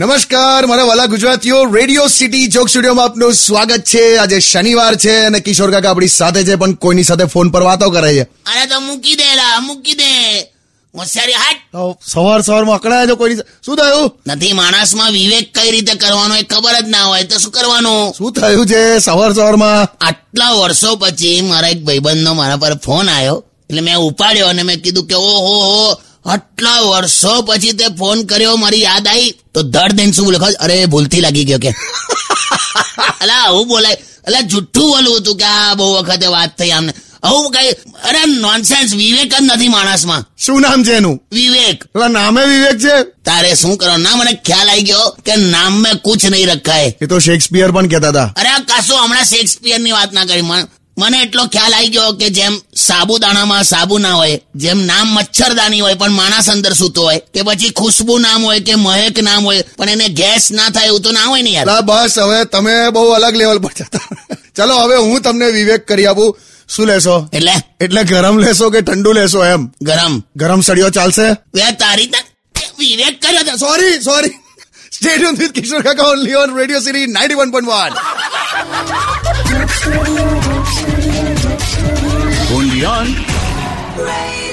નમસ્કાર મારા વાલા ગુજરાતીઓ રેડિયો સિટી જોક સ્ટુડિયોમાં આપનું સ્વાગત છે આજે શનિવાર છે અને કિશોર કાકા આપણી સાથે છે પણ કોઈની સાથે ફોન પર વાતો કરે છે અરે તો મૂકી દે લા મૂકી દે હોશિયારી હાટ સવાર સવારમાં અકળાયા છો કોઈની શું થયું નથી માણસમાં વિવેક કઈ રીતે કરવાનો એ ખબર જ ના હોય તો શું કરવાનું શું થયું છે સવાર સવારમાં આટલા વર્ષો પછી મારા એક ભાઈબંધનો મારા પર ફોન આવ્યો એટલે મેં ઉપાડ્યો અને મેં કીધું કે ઓહો હો આટલા વર્ષો પછી તે ફોન કર્યો મારી યાદ આવી તો ધડ દઈને શું લખો અરે ભૂલથી લાગી ગયો કે અલા આવું બોલાય અલા જુઠ્ઠું બોલવું હતું કે આ બહુ વખતે વાત થઈ આમને આવું કઈ અરે નોનસેન્સ વિવેક જ નથી માણસમાં શું નામ છે એનું વિવેક પેલા નામે વિવેક છે તારે શું કરો ના મને ખ્યાલ આવી ગયો કે નામ મેં કુછ નહીં રખા હે એ તો શેક્સપિયર પણ કહેતા હતા અરે આ કાસો હમણાં શેક્સપિયર ની વાત ના કરી મન- મને એટલો ખ્યાલ આવી ગયો કે જેમ સાબુદાણામાં સાબુ ના હોય જેમ નામ મચ્છરદાની હોય પણ માણસ અંદર સૂતો હોય કે પછી ખુશ્બુ નામ હોય કે મહેક નામ હોય પણ એને ગેસ ના થાય એવું તો ના હોય ને યાર અલા, બસ હવે તમે બહુ અલગ લેવલ પર જતા ચલો હવે હું તમને વિવેક કરી આપું શું લેશો એટલે એટલે ગરમ લેશો કે ઠંડુ લેશો એમ ગરમ ગરમ સળિયો ચાલશે બે તારી તા- વિવેક કર્યો હતો sorry sorry stadium with Kishore Kaka only on Radio City ninety one point one only on Radio